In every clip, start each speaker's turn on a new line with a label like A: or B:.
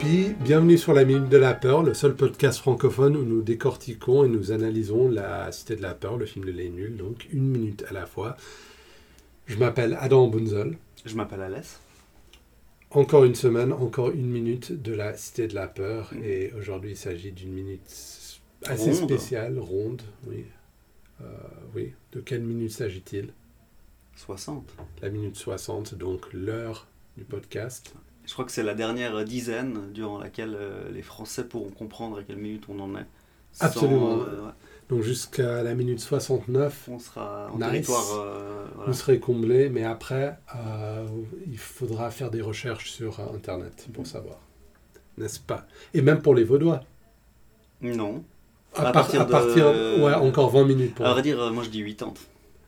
A: Bienvenue sur la Minute de la Peur, le seul podcast francophone où nous décortiquons et nous analysons La Cité de la Peur, le film de Les Nuls, donc une minute à la fois. Je m'appelle Adam Bunzel.
B: Je m'appelle Alès.
A: Encore une semaine, encore une minute de La Cité de la Peur, et aujourd'hui il s'agit d'une minute assez
B: Ronde.
A: spéciale, ronde, oui. Euh, oui, de quelle minute s'agit-il
B: 60.
A: La minute 60, donc l'heure du podcast.
B: Je crois que c'est la dernière dizaine durant laquelle euh, les Français pourront comprendre à quelle minute on en est. Sans,
A: Absolument.
B: euh, ouais,
A: Donc jusqu'à la minute 69,
B: on sera en
A: Nice.
B: territoire. euh, voilà.
A: Vous serez comblé, mais après, euh, il faudra faire des recherches sur euh, Internet pour savoir. N'est-ce pas Et même pour les Vaudois.
B: Non.
A: À,
B: À
A: par-
B: partir
A: à
B: de-
A: partir. Ouais, encore 20 minutes pour.
B: À vrai dire, euh, moi je dis 80.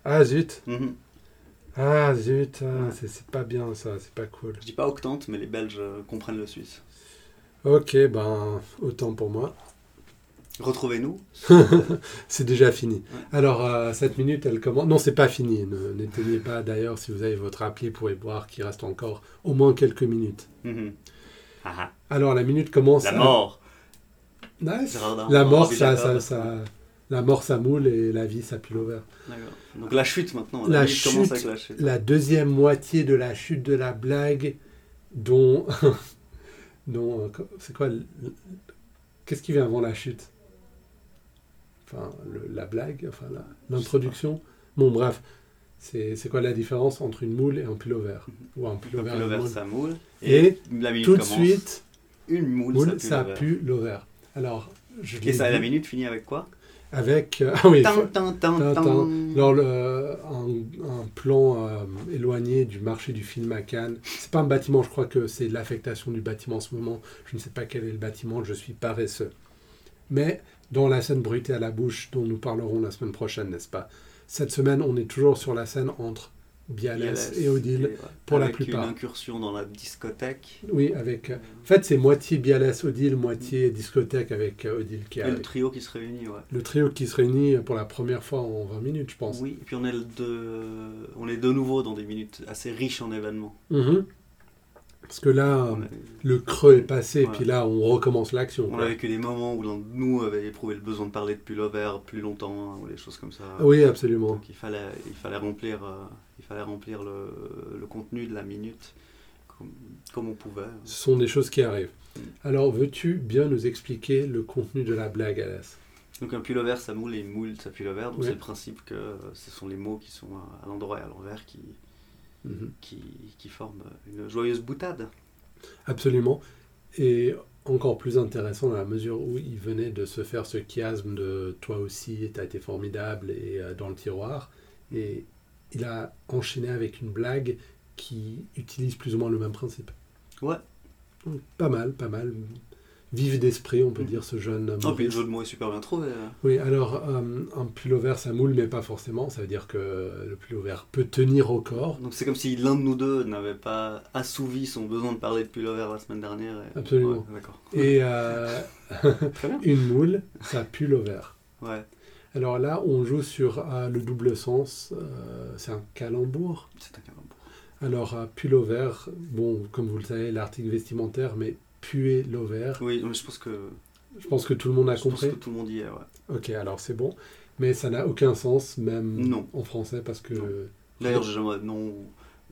A: Ah zut
B: Mhm.
A: Ah zut ah,
B: Ouais.
A: c'est- C'est pas bien ça, c'est pas cool.
B: Je dis pas octante, mais les Belges euh, comprennent le suisse.
A: Ok, ben, autant pour moi.
B: Retrouvez-nous.
A: C'est déjà fini. Alors, euh, cette minute, elle commence. Non, c'est pas fini. Ne- N'éteignez pas d'ailleurs si vous avez votre appli pour y voir qu'il reste encore au moins quelques minutes.
B: Mhm. Ah,
A: Alors, la minute
B: ah.
A: commence.
B: La
A: à-
B: mort.
A: Nice.
B: Gérard Darmon,
A: La mort,
B: Roger
A: ça, ça,
B: Jacob.
A: ça- la mort, ça moule et la vie, ça pile au vert.
B: D'accord. Donc la chute maintenant.
A: La
B: La, chute commence
A: chute.
B: avec la chute.
A: La deuxième moitié de la chute de la blague, dont, dont, euh, co- c'est quoi, l- l- qu'est-ce qui vient avant la chute Enfin, le- la blague, enfin la- l'introduction. Bon, bref, c'est c'est quoi la différence entre une moule et un pile au vert
B: Mhm.
A: ou un pile au
B: Le
A: vert et une
B: pullover,
A: moule
B: ça moule.
A: Et
B: la minute
A: Tout de
B: commence.
A: suite,
B: Une moule,
A: moule,
B: ça
A: ça
B: pullover.
A: pue l'ovaire. Alors, je
B: Et
A: l'ai
B: ça,
A: dit
B: la minute finit avec quoi
A: avec euh, ah oui. faut-
B: Tin, tin, tin,
A: Tin,
B: tin.
A: tin. Alors, le- euh, un, un plan euh, éloigné du marché du film à Cannes. C'est pas un bâtiment, je crois que c'est l'affectation du bâtiment en ce moment. Je ne sais pas quel est le bâtiment, je suis paresseux. Mais dans la scène bruitée à la bouche dont nous parlerons la semaine prochaine, n'est-ce pas Cette semaine, on est toujours sur la scène entre Bialès
B: Bialès
A: et Odile.
B: et, ouais,
A: pour la
B: avec
A: plupart.
B: une incursion dans la discothèque.
A: Oui, avec. euh, En fait, c'est moitié Bialès, Odile, moitié discothèque avec euh, Odile qui
B: Et
A: a
B: le trio qui se réunit, ouais.
A: le trio qui se réunit pour la première fois en 20 minutes, je pense.
B: Oui, et puis on est, le de... on est de nouveau dans des minutes assez riches en événements.
A: Mhm. Parce que là, euh,
B: On, a,
A: le creux est passé, et
B: Voilà.
A: puis là, on recommence l'action.
B: on
A: quoi.
B: a vécu des moments où l'un de nous avait éprouvé le besoin de parler de pullover plus longtemps, hein, ou des choses comme ça.
A: Ah Oui, absolument.
B: Donc il fallait, il fallait remplir, euh, il fallait remplir le, le contenu de la minute comme, comme on pouvait.
A: Ce sont des choses qui arrivent. Alors, veux-tu bien nous expliquer le contenu de la blague, Alas
B: Donc un pullover, ça moule et une moule, ça pullover. Donc
A: Ouais.
B: c'est le principe que euh, ce sont les mots qui sont à- à l'endroit et à l'envers qui,
A: Mhm.
B: qui, qui forme une joyeuse boutade.
A: Absolument. Et encore plus intéressant dans la mesure où il venait de se faire ce chiasme de toi aussi, t'as été formidable, et euh, dans le tiroir. Et il a enchaîné avec une blague qui utilise plus ou moins le même principe.
B: Ouais.
A: Donc, pas mal, pas mal. Vive d'esprit, on peut
B: Mhm.
A: dire, ce jeune.
B: Oh, puis le
A: Maurice.
B: jeu de mots est super bien trouvé. hein.
A: Oui, alors euh, un pullover ça moule, mais pas forcément. Ça veut dire que le pullover peut tenir au corps.
B: Donc c'est comme si l'un de nous deux n'avait pas assouvi son besoin de parler de pullover la semaine dernière. et-
A: Absolument.
B: Ouais, D'accord.
A: Et euh,
B: Très bien.
A: une moule, ça pullover.
B: Ouais.
A: Alors là, on joue sur euh, le double sens. euh, c'est un calembour.
B: C'est un calembour.
A: Alors euh, pullover, bon, comme vous le savez, l'article vestimentaire, mais puer l'ovaire.
B: Oui, mais je pense que,
A: Je pense que tout le monde a
B: je pense
A: compris.
B: que tout le monde y est. ouais.
A: Ok, alors c'est bon. Mais ça n'a aucun sens, même
B: Non.
A: en français, parce que.
B: Non. D'ailleurs, j'aimerais. Non.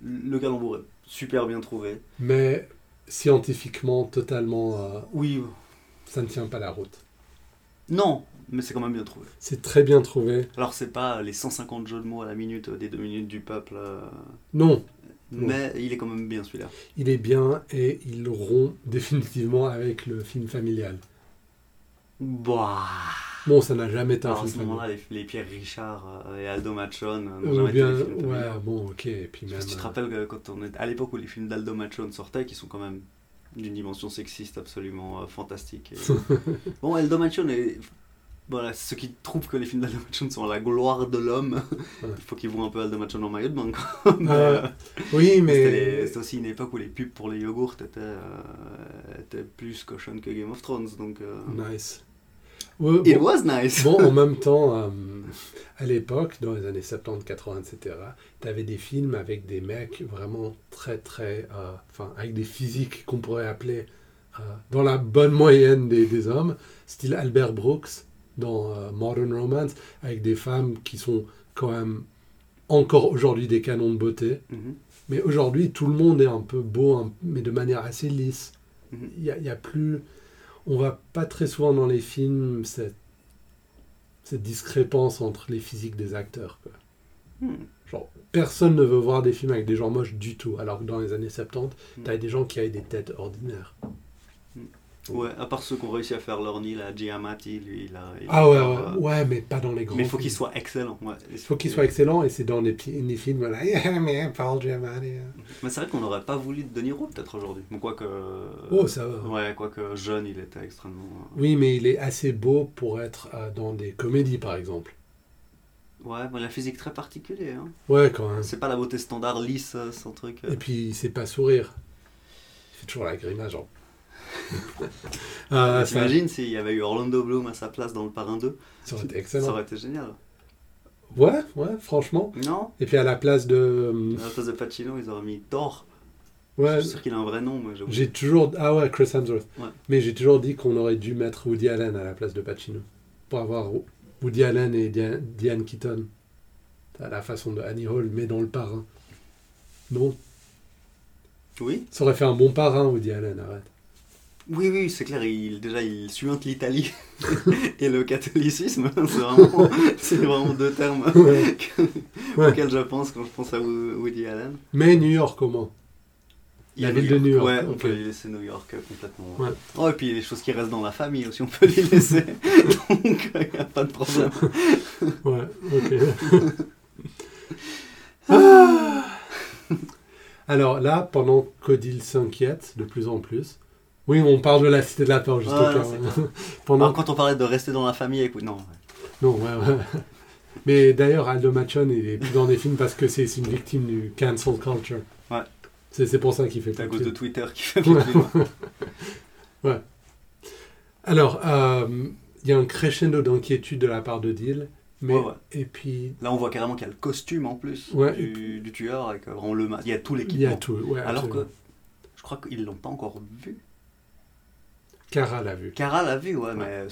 B: Le calembour est super bien trouvé.
A: Mais scientifiquement, totalement, euh,
B: Oui.
A: ça ne tient pas la route.
B: Non, mais c'est quand même bien trouvé.
A: C'est très bien trouvé.
B: Alors, c'est pas les 150 jeux de mots à la minute euh, des deux minutes du peuple, euh,
A: Non, Non.
B: mais il est quand même bien celui-là.
A: il est bien et il rompt définitivement avec le film familial.
B: Bah.
A: Bon, ça n'a jamais été un
B: Alors, à
A: film
B: ce
A: familial.
B: moment-là, les, les Pierre Richard euh, et Aldo Machon euh, n'ont
A: Ou
B: jamais
A: bien,
B: été des films familiaux.
A: ouais, bon, ok. Et puis
B: Je sais
A: même,
B: pas si tu te
A: euh,
B: rappelles que quand on est à l'époque où les films d'Aldo Machon sortaient, qui sont quand même d'une dimension sexiste absolument euh, fantastique. et- bon, Aldo Machon est. Voilà, ceux qui trouvent que les films d'Aldo Machon sont la gloire de l'homme,
A: Ouais.
B: il faut qu'ils voient un peu Aldo Machon en maillot de bain. quoi. Mais,
A: Euh,
B: euh,
A: oui,
B: c'était
A: mais
B: les- C'était aussi une époque où les pubs pour les yogourts étaient, euh, étaient plus cochonnes que Game of Thrones. Donc, euh,
A: nice. Ouais,
B: It
A: bon,
B: was nice!
A: bon, en même temps, euh, à l'époque, dans les années 70, 80, etc., t'avais des films avec des mecs vraiment très, très, euh, enfin, avec des physiques qu'on pourrait appeler euh, dans la bonne moyenne des, des hommes, style Albert Brooks dans euh, Modern Romance, avec des femmes qui sont quand même encore aujourd'hui des canons de beauté.
B: Mhm.
A: Mais aujourd'hui, tout le monde est un peu beau, un- mais de manière assez lisse.
B: Mhm.
A: Il y a, il y a plus. On va pas très souvent dans les films cette, cette discrépance entre les physiques des acteurs. quoi.
B: Hmm.
A: Genre, personne ne veut voir des films avec des gens moches du tout, alors que dans les années 70,
B: Mhm.
A: t'avais des gens qui avaient des têtes ordinaires.
B: Ouais, à part ceux qui ont réussi à faire leur nid, là, Giamatti, lui, il a. il
A: Ah
B: a
A: ouais,
B: encore,
A: ouais, ouais, mais pas dans les grands.
B: Mais il faut
A: films.
B: qu'il soit excellent. Ouais. Il
A: faut qu'il soit excellent, et c'est dans les, pi- les films, voilà, Yeah, man, Paul Giamatti. hein.
B: Mais c'est vrai qu'on n'aurait pas voulu de De Niro peut-être aujourd'hui. Mais quoique. euh, Bah,
A: Oh, ça va.
B: Ouais, quoique jeune, il était extrêmement. euh,
A: Oui, mais il est assez beau pour être euh, dans des comédies, par exemple.
B: Ouais, mais la physique très particulière. hein.
A: Ouais, quand même.
B: C'est pas la beauté standard lisse, euh, sans truc. euh.
A: Et puis, il sait pas sourire. Il fait toujours la grimace, genre. Ah,
B: Mais
A: ça,
B: T'imagines s'il y avait eu Orlando Bloom à sa place dans le Parrain 2
A: ça aurait été
B: Ça
A: excellent.
B: aurait été génial.
A: Ouais, ouais, franchement.
B: Non
A: Et puis, à la place de. euh,
B: À la place de Pacino, ils auraient mis Thor.
A: Ouais,
B: Je suis sûr qu'il a un vrai nom, mais j'ai oublié.
A: j'ai toujours. Ah ouais, Chris Hemsworth.
B: Ouais.
A: Mais j'ai toujours dit qu'on aurait dû mettre Woody Allen à la place de Pacino. Pour avoir Woody Allen et Dia- Diane Keaton. À la façon de Annie Hall, mais dans le parrain. Non,
B: Oui
A: ça aurait fait un bon parrain, Woody Allen, arrête.
B: Oui, oui, c'est clair. Il, déjà, il suinte l'Italie et le catholicisme. hein, C'est vraiment, c'est vraiment deux termes
A: Ouais. Ouais.
B: auxquels je pense quand je pense à Wo- Woody Allen.
A: Mais New York, comment La ville de New York,
B: Ouais, on
A: ok.
B: peut lui laisser New York euh, complètement.
A: Ouais.
B: Oh, et puis les choses qui restent dans la famille aussi, on peut les laisser. Donc, il n'y a pas de problème.
A: Ouais, ok. Ah. Alors là, pendant qu'Odile s'inquiète de plus en plus. Oui, on parle de la cité de la peur, juste
B: Ouais,
A: au cas
B: non, c'est
A: où.
B: clair.
A: pendant...
B: Alors, quand on parlait de rester dans la famille, écoute, non.
A: Non, ouais, ouais. Mais d'ailleurs, Aldo Machon, il est plus dans des films parce que c'est c'est une victime du cancel culture.
B: Ouais.
A: C'est c'est pour ça qu'il fait
B: C'est à
A: pas de
B: cause de
A: films.
B: Twitter qui fait
A: Ouais.
B: beaucoup de-
A: Alors, euh, il y a un crescendo d'inquiétude de la part d'Odile. Mais...
B: Ouais, Oh, ouais.
A: Et puis,
B: Là, on voit carrément qu'il y a le costume en plus
A: Ouais.
B: du, du tueur. Et que, on le... ma- Il y a tout
A: il y a
B: l'équipement.
A: tout. ouais,
B: Alors
A: absolument.
B: que je crois qu'ils l'ont pas encore vu.
A: Cara l'a vu.
B: Cara l'a vu, ouais, mais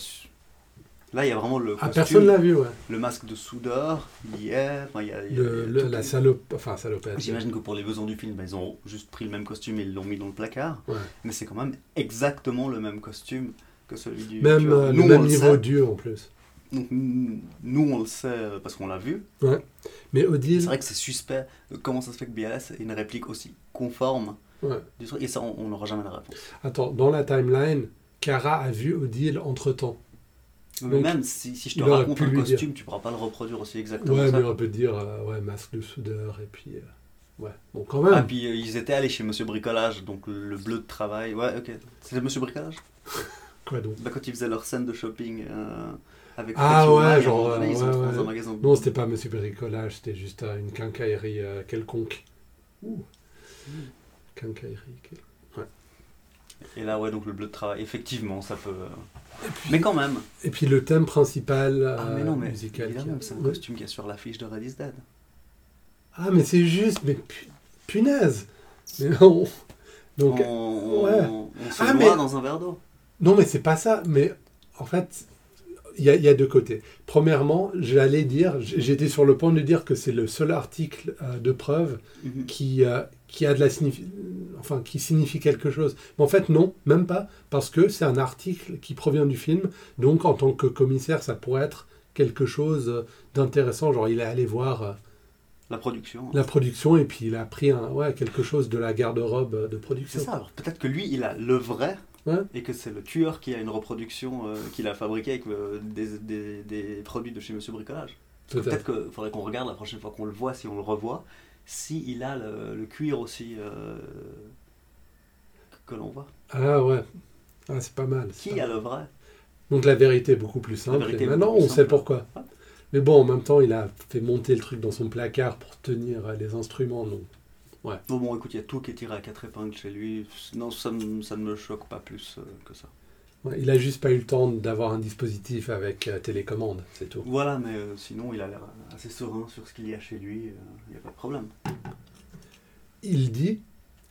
B: là, il y a vraiment le
A: Ah,
B: costume,
A: personne l'a vu, ouais.
B: le masque de soudeur, hier. enfin, il y a- il y a-
A: Le-
B: il y a
A: le-
B: tout-
A: la salope, enfin salopette.
B: J'imagine que pour les besoins du film, bah, ils ont juste pris le même costume et ils l'ont mis dans le placard.
A: Ouais.
B: Mais c'est quand même exactement le même costume que celui du.
A: Même
B: tueur.
A: euh,
B: Nous,
A: le
B: on
A: même
B: le
A: niveau
B: sait.
A: d'yeux en plus.
B: Donc, nous, on le sait euh, parce qu'on l'a vu.
A: Mais
B: C'est
A: Odile,
B: vrai que c'est suspect. de Comment ça se fait que BLS ait une réplique aussi conforme
A: Ouais.
B: du truc Et ça, on on n'aura jamais la réponse.
A: attends, dans la timeline, Kara a vu Odile entre temps.
B: Mais
A: Donc,
B: même si, si je te
A: il aurait
B: raconte
A: pu
B: un
A: lui dire.
B: costume, tu pourras pas le reproduire aussi exactement.
A: ouais,
B: ça.
A: mais on peut dire, euh, ouais, masque de soudeur, et puis. euh, ouais, bon, quand même.
B: Ah, puis euh, ils étaient allés chez Monsieur Bricolage, donc le bleu de travail. Ouais, ok. C'était Monsieur Bricolage
A: Quoi donc
B: Bah, quand ils faisaient leur scène de shopping euh, avec
A: Ah
B: Petit
A: ouais,
B: Omar, et à un
A: genre,
B: moment donné, ils
A: ouais,
B: se retrouvent
A: ouais.
B: dans un magasin.
A: Non, c'était pas Monsieur Bricolage, c'était juste euh, une quincaillerie euh, quelconque. Ouh.
B: Hmm.
A: Quincaillerie. quel-
B: Et là, ouais, donc le bleu de travail. Effectivement, ça peut. euh, Mais quand même.
A: Et puis le thème principal
B: Ah,
A: euh,
B: mais non, mais
A: musical. qui
B: évidemment,
A: a-
B: c'est un
A: Ouais.
B: costume qui est sur l'affiche de Red is Dead.
A: Ah, mais c'est juste, mais pu- punaise Mais non Donc,
B: on, on-
A: ouais.
B: on se
A: Ah,
B: noie
A: mais-
B: dans un verre d'eau.
A: Non, mais c'est pas ça. Mais en fait, il y, a- il y a deux côtés. Premièrement, j'allais dire, j- j'étais sur le point de dire que c'est le seul article euh, de preuve
B: Mhm.
A: qui, euh, qui a de la signifi- enfin qui signifie quelque chose. Mais en fait, non, même pas, parce que c'est un article qui provient du film. Donc, en tant que commissaire, ça pourrait être quelque chose euh, d'intéressant. Genre, il est allé voir euh,
B: La production. hein.
A: la production et puis il a pris un, ouais, quelque chose de la garde-robe euh, de
B: C'est
A: production.
B: ça, alors peut-être que lui, il a le vrai,
A: Ouais.
B: et que c'est le tueur qui a une reproduction euh, qu'il a fabriquée avec euh, des, des- des produits de chez Monsieur Bricolage. Peut-être
A: Peut-être.
B: qu'il faudrait qu'on regarde la prochaine fois qu'on le voit, si on le revoit, si il a le, le cuir aussi euh, que l'on voit.
A: Ah ouais. Ah, c'est pas mal. c'est
B: Qui
A: pas
B: a le vrai
A: Donc la vérité est beaucoup plus simple.
B: vérité
A: et
B: est
A: maintenant,
B: beaucoup plus
A: on sait
B: simple.
A: pourquoi.
B: Ouais.
A: Mais bon, en même temps, il a fait monter le truc dans son placard pour tenir euh, les instruments. Donc.
B: Bon, bon, écoute, il y a tout qui est tiré à quatre épingles chez lui. Non, ça, me- ça ne me choque pas plus euh, que ça.
A: Ouais, il a juste pas eu le temps d'avoir un dispositif avec euh, télécommande, c'est tout.
B: Voilà, mais euh, sinon, il a l'air assez serein sur ce qu'il y a chez lui. euh, Il n'y a pas de problème.
A: Il dit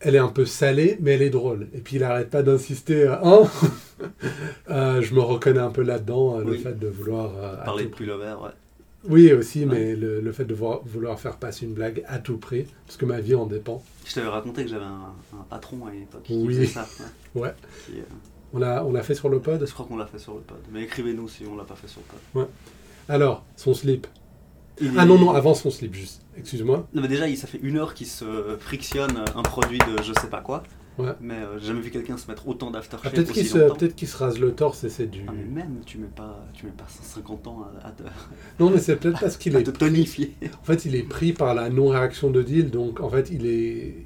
A: elle est un peu salée, mais elle est drôle. Et puis il n'arrête pas d'insister. euh, Hein Euh, je me reconnais un peu là-dedans, euh, le
B: Oui.
A: fait de vouloir. euh, à
B: Parler
A: tout
B: de pullover, ouais.
A: Oui, aussi,
B: Ouais.
A: mais le, le fait de voir- vouloir faire passer une blague à tout prix, parce que ma vie en dépend.
B: Je t'avais raconté que j'avais un, un patron à une époque qui
A: Oui.
B: faisait ça. ouais.
A: Ouais.
B: Qui, euh,
A: On l'a, on l'a fait sur le pod.
B: je crois qu'on l'a fait sur le pod. Mais écrivez-nous si on l'a pas fait sur le pod.
A: Alors, son slip.
B: Il
A: Ah
B: est-
A: non, non, avant son slip, juste. Excuse-moi.
B: Non, mais déjà, il- ça fait une heure qu'il se frictionne euh, un produit de je sais pas quoi.
A: Ouais.
B: Mais euh, j'ai jamais vu quelqu'un se mettre autant d'aftershave
A: Ah, peut-être,
B: aussi
A: qu'il se,
B: longtemps.
A: peut-être qu'il se rase le torse et c'est du.
B: Ah, mais même, tu mets pas, tu mets pas 150 ans à, à te, à
A: Non, mais c'est peut-être parce qu'il est.
B: te tonifier.
A: En fait, il est pris par la non-réaction de Deal, donc en fait, il est.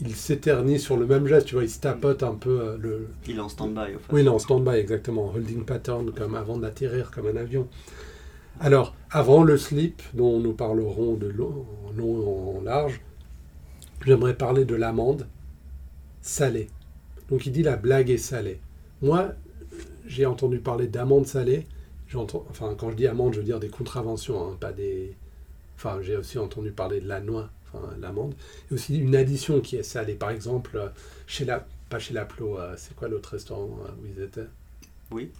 A: Il s'éternit sur le même geste, tu vois, il se tapote un peu euh, le.
B: Il est en stand-by, au fait.
A: Oui, il est en stand-by, exactement, holding pattern, comme avant d'atterrir, comme un avion. Alors, avant le slip, dont nous parlerons de long, en long et en large, j'aimerais parler de l'amande salée. Donc, il dit la blague est salée. Moi, j'ai entendu parler d'amande salée. J'entends, enfin, quand je dis amande, je veux dire des contraventions, hein, pas des. Enfin, j'ai aussi entendu parler de la noix, enfin, l'amande. Et aussi une addition qui est salée. Par exemple, euh, chez la pas chez Laplo, euh, c'est quoi l'autre restaurant euh, où ils étaient
B: Oui.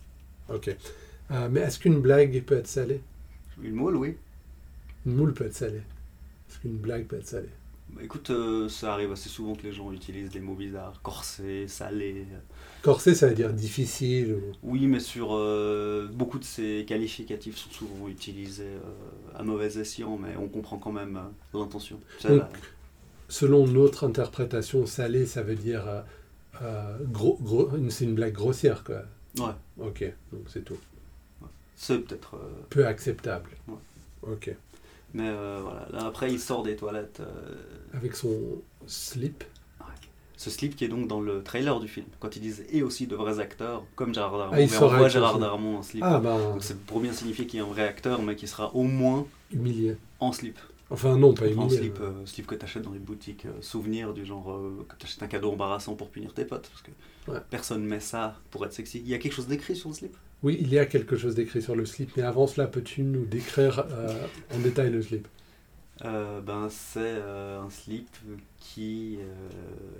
A: Ok. Euh, mais est-ce qu'une blague peut être salée
B: Une moule, oui.
A: Une moule peut être salée. Est-ce qu'une blague peut être salée
B: Bah, écoute, euh, ça arrive assez souvent que les gens utilisent des mots bizarres, corsé, salé.
A: Corsé, ça veut dire difficile. ou-
B: Oui, mais sur euh, beaucoup de ces qualificatifs sont souvent utilisés euh, à mauvais escient, mais on comprend quand même euh, l'intention. Ça,
A: Donc,
B: là,
A: Selon notre interprétation, salée, ça veut dire euh, euh, gros, gros- une- c'est une blague grossière, quoi.
B: Ouais.
A: Ok, donc c'est tout.
B: c'est peut-être. euh,
A: Peu acceptable.
B: Ouais.
A: Ok.
B: mais euh, voilà, là après il sort des toilettes. euh,
A: Avec son slip.
B: ce slip qui est donc dans le trailer du film. Quand ils disent et aussi de vrais acteurs, comme Gérard Darmon.
A: Ah, il
B: mais on
A: sort
B: voit
A: avec son
B: Gérard
A: slip.
B: Darmon en slip.
A: Ah ben,
B: Donc c'est pour bien signifier qu'il y a un vrai acteur, mais qui sera au moins
A: humilié.
B: en slip.
A: Enfin non, pas
B: Enfin, en
A: humilié.
B: slip, euh, slip que t'achètes dans les boutiques euh, souvenirs, du genre euh, que t'achètes un cadeau embarrassant pour punir tes potes. Parce que
A: Ouais.
B: personne met ça pour être sexy. Il y a quelque chose d'écrit sur le slip
A: Oui, il y a quelque chose d'écrit sur le slip, mais avant cela, peux-tu nous décrire euh, en détail le slip
B: Euh, ben, c'est euh, un slip qui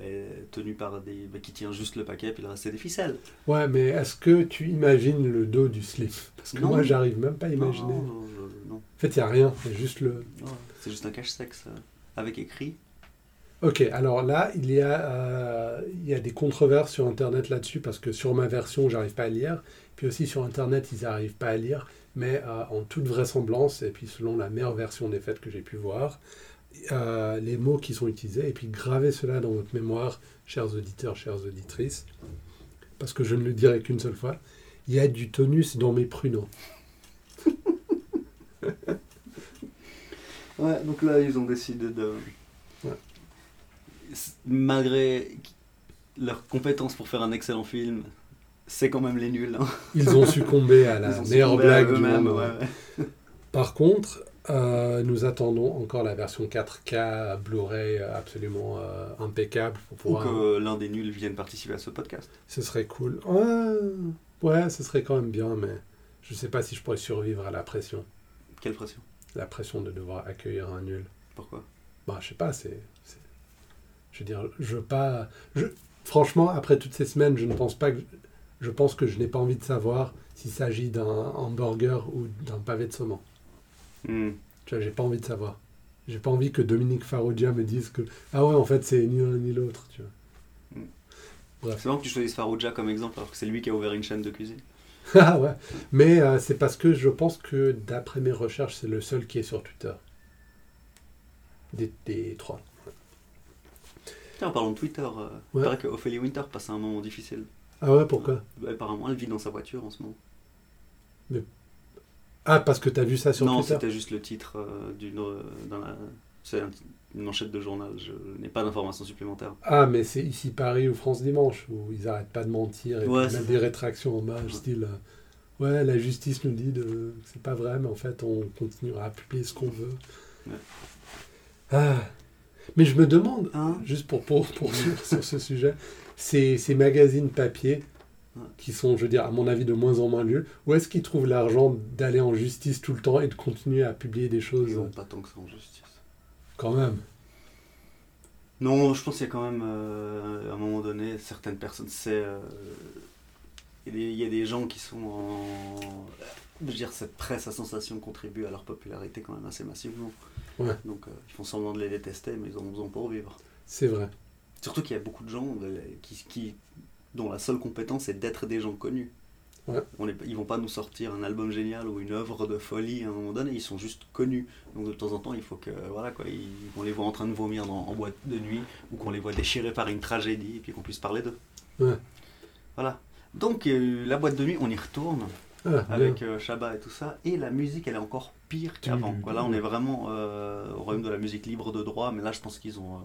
B: euh, est tenu par des. ben, qui tient juste le paquet, puis le reste c'est des ficelles.
A: Ouais, mais est-ce que tu imagines le dos du slip Parce que
B: Non.
A: moi, j'arrive même pas à imaginer.
B: Non, non, je- non.
A: En fait, il n'y a rien, c'est juste le...
B: Ouais, c'est juste un cache-sexe euh, avec écrit.
A: Ok, alors là, il y a, euh, il y a des controverses sur Internet là-dessus, parce que sur ma version, j'arrive pas à lire. Puis aussi sur Internet, ils n'arrivent pas à lire. Mais euh, en toute vraisemblance, et puis selon la meilleure version des faits que j'ai pu voir, euh, les mots qui sont utilisés, et puis gravez cela dans votre mémoire, chers auditeurs, chères auditrices, parce que je ne le dirai qu'une seule fois, il y a du tonus dans mes pruneaux.
B: Ouais, donc là, ils ont décidé de.
A: Ouais.
B: S- Malgré leurs compétences pour faire un excellent film, c'est quand même les nuls. hein.
A: Ils ont succombé à
B: Ils
A: la
B: ont
A: meilleure
B: succombé à
A: blague du
B: eux-mêmes,
A: monde.
B: ouais, ouais.
A: Par contre, euh, nous attendons encore la version 4K Blu-ray euh, absolument euh, impeccable pour
B: Ou
A: pouvoir.
B: que euh, l'un des nuls vienne participer à ce podcast.
A: Ce serait cool. Ouais, ouais, ce serait quand même bien, mais je sais pas si je pourrais survivre à la pression.
B: Quelle pression
A: La pression de devoir accueillir un nul.
B: Pourquoi
A: Bah, je sais pas, c'est. c'est- Je veux dire, je veux pas. je- Franchement, après toutes ces semaines, je ne pense pas que. Je pense que je n'ai pas envie de savoir s'il s'agit d'un hamburger ou d'un pavé de saumon.
B: Hmm.
A: Tu vois, j'ai pas envie de savoir. J'ai pas envie que Dominique Farrugia me dise que ah ouais, en fait, c'est ni l'un ni l'autre, tu vois.
B: C'est marrant que tu choisisses Farouja comme exemple alors que c'est lui qui a ouvert une chaîne de cuisine.
A: ah ouais. Mais euh, c'est parce que je pense que d'après mes recherches, c'est le seul qui est sur Twitter. Des, des trois.
B: Tiens, en parlant de Twitter, euh, il
A: Ouais.
B: paraît que Ophélie Winter passe un moment difficile.
A: Ah ouais, pourquoi
B: Apparemment, elle vit dans sa voiture en ce moment.
A: Ah, parce que t'as vu ça sur
B: non,
A: Twitter
B: c'était juste le titre euh, d'une. euh, dans la- C'est un- une enchête de journal, je n'ai pas d'informations supplémentaires.
A: Ah, mais c'est ici Paris ou France Dimanche, où ils arrêtent pas de mentir et
B: Ouais,
A: puis
B: c'est
A: même
B: ça.
A: des rétractions en bas, style euh, Ouais, la justice nous dit de... que c'est pas vrai, mais en fait, on continuera à publier ce qu'on veut.
B: Ouais.
A: Ah. Mais je me demande,
B: Hein
A: Juste pour pour poursuivre sur ce sujet, ces, ces magazines papier
B: Ouais.
A: qui sont, je veux dire, à mon avis, de moins en moins nuls, où est-ce qu'ils trouvent l'argent d'aller en justice tout le temps et de continuer à publier des
B: Ils
A: choses
B: ont pas tant que ça en justice.
A: quand même
B: Non, je pense qu'il y a quand même, euh, à un moment donné, certaines personnes, c'est... euh, il y a des- il y a des gens qui sont en... Je veux dire, cette presse à sensation contribue à leur popularité quand même assez massivement.
A: Ouais.
B: Donc, euh, ils font semblant de les détester, mais ils en ont besoin pour vivre.
A: C'est vrai.
B: Surtout qu'il y a beaucoup de gens euh, qui, qui- dont la seule compétence est d'être des gens connus.
A: Ouais.
B: On les- ils vont pas nous sortir un album génial ou une œuvre de folie à un moment donné, ils sont juste connus. Donc de temps en temps, il faut que voilà quoi, ils- qu'on les voit en train de vomir dans- en boîte de nuit ou qu'on les voit déchirés par une tragédie et puis qu'on puisse parler d'eux.
A: Ouais.
B: Voilà. Donc euh, la boîte de nuit, on y retourne
A: Ah,
B: avec euh, Shabba et tout ça. Et la musique, elle est encore pire qu'avant. quoi. Là, on est vraiment euh, au royaume de la musique libre de droit, mais là, je pense qu'ils ont, euh,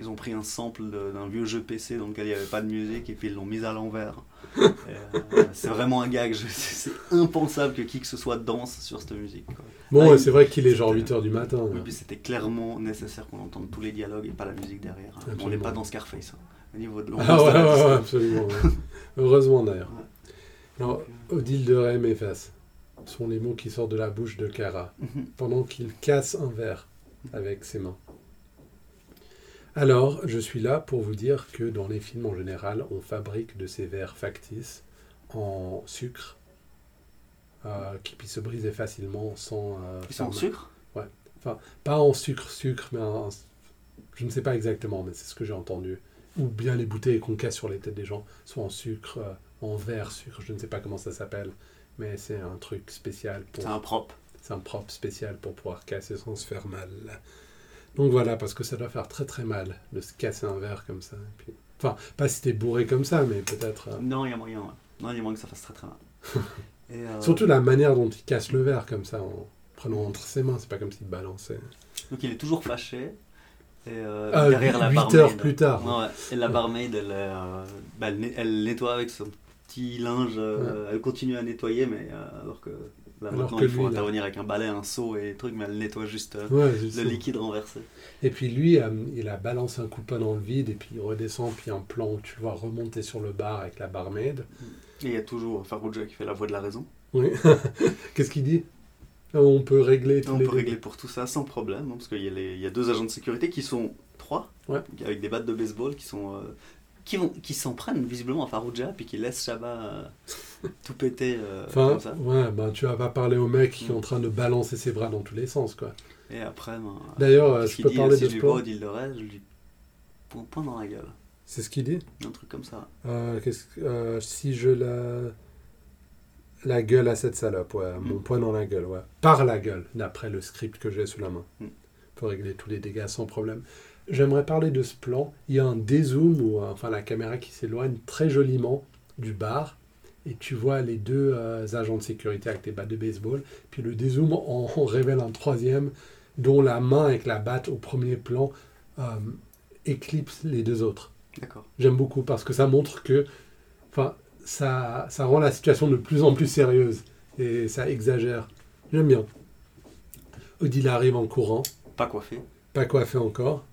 B: ils ont pris un sample de- d'un vieux jeu PC dans lequel il n'y avait pas de musique et puis ils l'ont mis à l'envers. Et, euh, c'est vraiment un gag. je- C'est c'est impensable que qui que ce soit danse sur cette musique. quoi.
A: Bon,
B: Ah,
A: ouais,
B: il-
A: c'est vrai qu'il est genre 8h du matin.
B: Oui,
A: là.
B: puis c'était clairement nécessaire qu'on entende tous les dialogues et pas la musique derrière. hein.
A: Absolument.
B: On n'est pas dans Scarface. hein. Au niveau de
A: Ah ouais,
B: de la
A: ouais, ouais,
B: distance.
A: absolument. ouais. Heureusement d'ailleurs.
B: Ouais.
A: Alors, Odile de Rem efface sont les mots qui sortent de la bouche de Cara
B: Mhm.
A: pendant qu'il casse un verre avec ses mains. Alors, je suis là pour vous dire que dans les films en général, on fabrique de ces verres factices en sucre euh, qui puis se briser facilement sans. euh,
B: Ils sont en
A: pharma-
B: sucre
A: Pas en sucre, sucre, mais en- je ne sais pas exactement, mais c'est ce que j'ai entendu. Ou bien les bouteilles qu'on casse sur les têtes des gens, soit en sucre, euh, en verre sucre, je ne sais pas comment ça s'appelle, mais c'est un truc spécial pour.
B: C'est impropre.
A: C'est un propre spécial pour pouvoir casser sans se faire mal. Donc voilà, parce que ça doit faire très très mal de se casser un verre comme ça. et puis- Enfin, pas si t'es bourré comme ça, mais peut-être. euh,
B: Non, il y a moyen. ouais. Non, il y a moyen que ça fasse très très mal. Et, euh,
A: Surtout la manière dont il casse le verre comme ça, en prenant entre ses mains, c'est pas comme s'il balançait.
B: Donc il est toujours fâché. Et euh,
A: Ah,
B: derrière la
A: huit
B: barmaid.
A: heures plus tard.
B: Ouais, ouais. Et la barmaid, elle, euh, bah, elle, net- elle nettoie avec son petit linge. euh, Elle continue à nettoyer, mais euh, alors que là
A: Alors
B: maintenant
A: que
B: il faut
A: lui, là.
B: intervenir avec un balai, un seau et des trucs, mais elle nettoie juste euh,
A: Ouais, juste
B: le
A: ça.
B: liquide renversé.
A: Et puis lui, euh, il a balancé un coup de poing dans le vide, et puis il redescend, puis un plan où tu le vois remonter sur le bar avec la barmaid.
B: Et il y a toujours Farrugia qui fait la voix de la raison.
A: Oui. Qu'est-ce qu'il dit Euh, On peut régler tous
B: on
A: les
B: peut régler pour tout ça sans problème, hein, parce qu'il y, a les- il y a deux agents de sécurité qui sont trois,
A: Ouais.
B: avec des battes de baseball qui sont euh, qui vont qui s'en prennent visiblement à Farouja, puis qui laissent Shabba euh, tout péter euh,
A: Enfin,
B: comme ça.
A: ouais, ben, tu vas pas parler au mec qui est
B: Mm.
A: en train de balancer ses bras dans tous les sens, quoi.
B: Et après, ben, euh,
A: D'ailleurs, euh,
B: qu'est-ce
A: je
B: qu'il
A: peux
B: dit
A: parler
B: si
A: de
B: je lui vois
A: sport.
B: au deal de rêve, je lui prends un point dans la gueule,
A: C'est ce qu'il dit.
B: un truc comme ça.
A: Euh, qu'est-ce que- euh, si je la la gueule à cette salope, ouais, mon
B: Mm.
A: poing dans la gueule, ouais, par la gueule, d'après le script que j'ai sous la main.
B: Mm.
A: Pour régler tous les dégâts sans problème. J'aimerais parler de ce plan. Il y a un dézoom ou euh, enfin la caméra qui s'éloigne très joliment du bar et tu vois les deux euh, agents de sécurité avec des battes de baseball. Puis le dézoom en, en révèle un troisième dont la main avec la batte au premier plan euh, éclipse les deux autres
B: D'accord.
A: j'aime beaucoup parce que ça montre que enfin ça ça rend la situation de plus en plus sérieuse et ça exagère j'aime bien Odile arrive en courant
B: Pas coiffé.
A: pas coiffé encore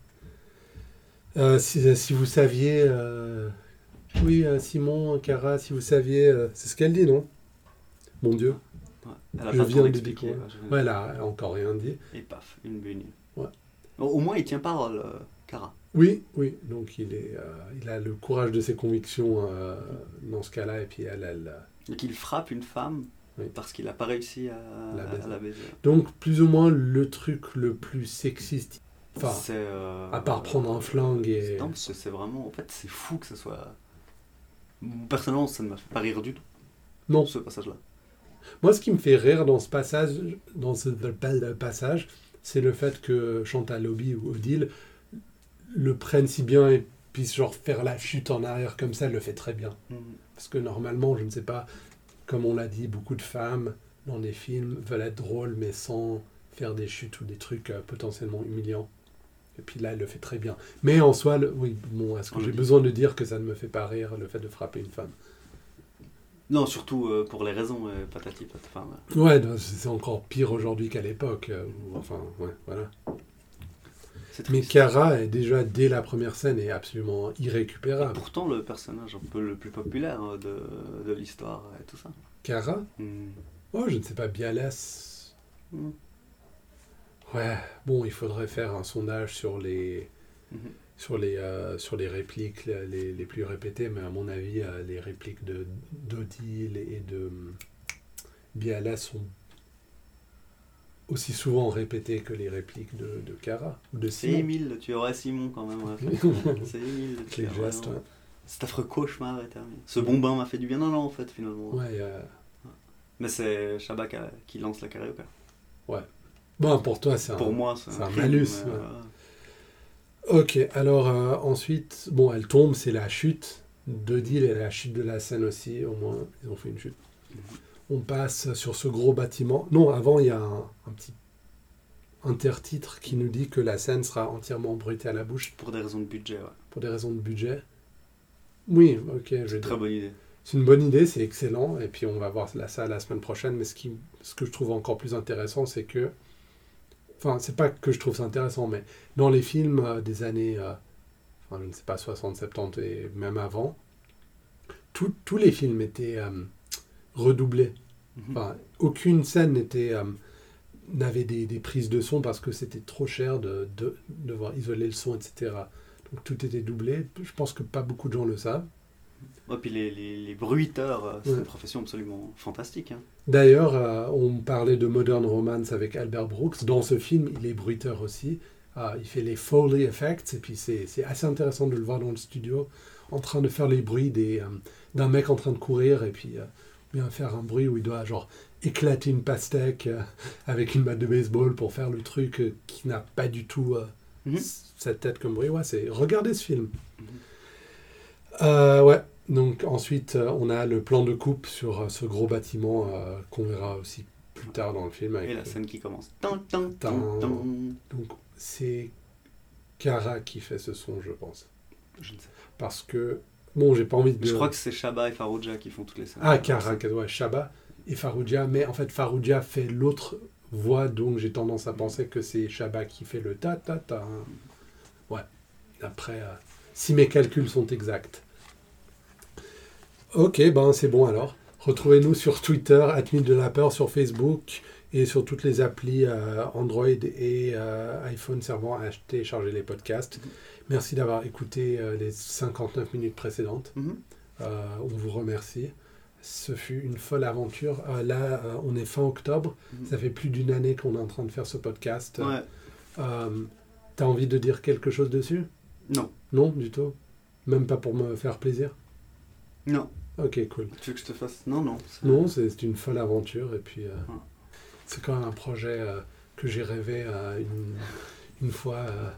A: Euh, si, si vous saviez euh, oui euh, Simon Cara si vous saviez euh, c'est ce qu'elle dit non mon dieu
B: Ouais. Elle a
A: Je
B: pas le
A: viens
B: temps
A: de
B: d'expliquer.
A: découvrir.
B: ouais, je-
A: ouais elle a elle a encore rien dit
B: Et paf, une bune.
A: Ouais.
B: Au- au moins, il tient parole, euh, Kara.
A: oui oui donc il est euh, il a le courage de ses convictions euh, dans ce cas-là et puis elle elle euh,
B: Et qu'il frappe une femme
A: Oui.
B: parce qu'il n'a pas réussi à
A: La baiser.
B: à la baiser.
A: Donc, plus ou moins, le truc le plus sexiste. Enfin,
B: C'est, euh,
A: à part prendre un flingue et.
B: Non, parce que c'est vraiment. En fait, c'est fou que ce soit. Personnellement, ça ne m'a fait pas rire du tout.
A: Non.
B: Ce passage-là.
A: Moi, ce qui me fait rire dans ce passage, dans ce bel passage, c'est le fait que Chantal Lobby ou Odile le prennent si bien et puissent genre faire la chute en arrière comme ça, elle le fait très bien.
B: Mm.
A: Parce que normalement, je ne sais pas, comme on l'a dit, beaucoup de femmes dans des films veulent être drôles, mais sans faire des chutes ou des trucs euh, potentiellement humiliants. Et puis là, elle le fait très bien. Mais en soi, le- oui, bon, est-ce que
B: On le
A: j'ai
B: dit.
A: besoin de dire que ça ne me fait pas rire le fait de frapper une femme
B: Non, surtout euh, pour les raisons, euh, patati patata. Enfin, euh,
A: Ouais, non, c'est c'est encore pire aujourd'hui qu'à l'époque. euh, ou- Enfin, ouais, voilà.
B: c'est
A: Mais
B: triste.
A: Cara est déjà, dès la première scène, est absolument
B: Et
A: irrécupérable.
B: pourtant, le personnage un peu le plus populaire euh, de, de l'histoire et tout ça.
A: Cara
B: Mm.
A: Oh, je ne sais pas, Bialas.
B: Mm.
A: Ouais, bon, il faudrait faire un sondage sur les.
B: Mhm.
A: sur les, euh, sur les répliques les, les- les plus répétées, mais à mon avis, euh, les répliques de d'Odile et de hum, Biala sont aussi souvent répétées que les répliques de, de Cara ou de
B: C'est
A: Simon.
B: Émile, le tueur à Simon quand même. ouais. C'est Émile, le
A: Avec les
B: tueur.
A: gestes,
B: vraiment.
A: ouais.
B: Cet affreux cauchemar est terminé. Ce bon bain m'a fait du bien. Non, non, en fait, finalement.
A: Ouais, euh,
B: Mais c'est Shabak euh, qui lance la carrière. quoi.
A: Bon, pour toi, c'est un...
B: Pour moi, c'est
A: c'est un
B: crime,
A: malus,
B: euh,
A: ouais. Ok, alors euh, ensuite, bon, elle tombe, c'est la chute d'Odile et la chute de la scène aussi, au moins, ils ont fait une chute. On passe sur ce gros bâtiment. Non, avant, il y a un, un petit intertitre qui nous dit que la scène sera entièrement bruitée à la bouche
B: Pour des raisons de budget, ouais.
A: pour des raisons de budget. Oui, ok, je vais dire.
B: Très bonne idée.
A: C'est une bonne idée, c'est excellent. Et puis on va voir la- ça la semaine prochaine. Mais ce, qui, ce que je trouve encore plus intéressant, c'est que. Enfin, c'est pas que je trouve ça intéressant, mais dans les films euh, des années. euh, enfin, je ne sais pas, 60, 70 et même avant, tout- tous les films étaient euh, redoublés.
B: Mhm.
A: Enfin, aucune scène n'était. euh, n'avait des, des prises de son parce que c'était trop cher de, de devoir isoler le son, etc. Donc tout était doublé. Je pense que pas beaucoup de gens le savent.
B: Ouais, puis les, les, les bruiteurs, euh, c'est
A: Ouais.
B: une profession absolument fantastique. hein.
A: D'ailleurs, euh, on parlait de Modern Romance avec Albert Brooks. Dans ce film, il est bruiteur aussi. Ah, il fait les Foley Effects et puis c'est c'est assez intéressant de le voir dans le studio en train de faire les bruits des, euh, d'un mec en train de courir et puis euh, bien faire un bruit où il doit genre éclater une pastèque euh, avec une batte de baseball pour faire le truc euh, qui n'a pas du tout euh,
B: Mhm.
A: cette tête comme bruit. Ouais, c'est regardez ce film.
B: Mhm.
A: Euh, ouais. Donc ensuite, euh, on a le plan de coupe sur euh, ce gros bâtiment euh, qu'on verra aussi plus tard dans le film. avec- euh,
B: Et la scène qui commence. Tan, tan,
A: Tan.
B: tan, tan.
A: Donc c'est Cara qui fait ce son, je pense,
B: Je ne sais pas.
A: parce que bon, j'ai pas envie de.
B: Je crois que c'est Shaba et Farouja qui font toutes les scènes.
A: Ah, Cara, ouais, Shaba et Farouja, mais en fait Farouja fait l'autre voix, donc j'ai tendance à penser que c'est Shaba qui fait le ta ta ta. Ouais. Après, euh, si mes calculs sont exacts. Ok, ben c'est bon alors. Retrouvez-nous sur Twitter, de la peur, sur Facebook et sur toutes les applis euh, Android et euh, iPhone servant à acheter et charger les podcasts. Merci d'avoir écouté euh, les 59 minutes précédentes.
B: Mhm.
A: Euh, on vous remercie. Ce fut une folle aventure. Euh, là, euh, on est fin octobre.
B: Mhm.
A: Ça fait plus d'une année qu'on est en train de faire ce podcast.
B: Ouais.
A: Euh, T'as envie de dire quelque chose dessus
B: Non.
A: Non, du tout. Même pas pour me faire plaisir.
B: Non.
A: Ok, cool.
B: Tu veux que je te fasse Non, non. c'est-
A: Non, c'est c'est une folle aventure. Et puis, euh,
B: Ouais.
A: c'est quand même un projet euh, que j'ai rêvé euh, une, une fois euh,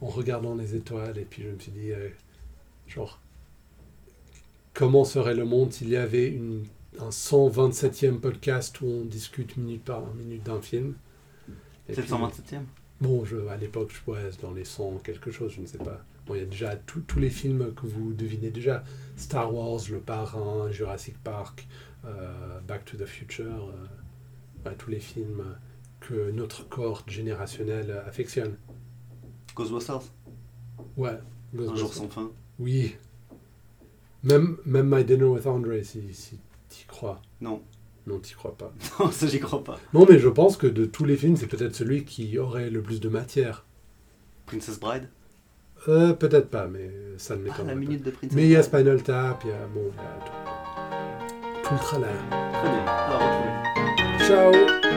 A: en regardant les étoiles. Et puis, je me suis dit, euh, genre, comment serait le monde s'il y avait une, un 127e podcast où on discute minute par minute d'un film Et
B: C'est le
A: puis,
B: 127ème.
A: Bon, je, à l'époque, je ouais, dans les 100 quelque chose, je ne sais pas. Bon, il y a déjà tous- tous les films que vous devinez déjà. Star Wars, Le Parrain, Jurassic Park, euh, Back to the Future, euh, bah, tous les films que notre corps générationnel euh, affectionne.
B: Ghostbusters.
A: Ouais.
B: Un jour
A: Ghostbusters.
B: sans fin.
A: Oui. Même, même My Dinner with Andre, si, si t'y crois.
B: Non.
A: Non, t'y crois pas.
B: Non, ça, j'y crois pas.
A: Non, mais je pense que de tous les films, c'est peut-être celui qui aurait le plus de matière.
B: Princess Bride.
A: Euh, peut-être pas, mais ça ne
B: Ah,
A: m'étonne
B: la
A: pas.
B: minute de Princess
A: Mais il y a
B: Bride.
A: Spinal Tap, il y a, bon, il y a tout, tout le tralala.
B: Ah, Très bien. Alors, retrouvez.
A: Ciao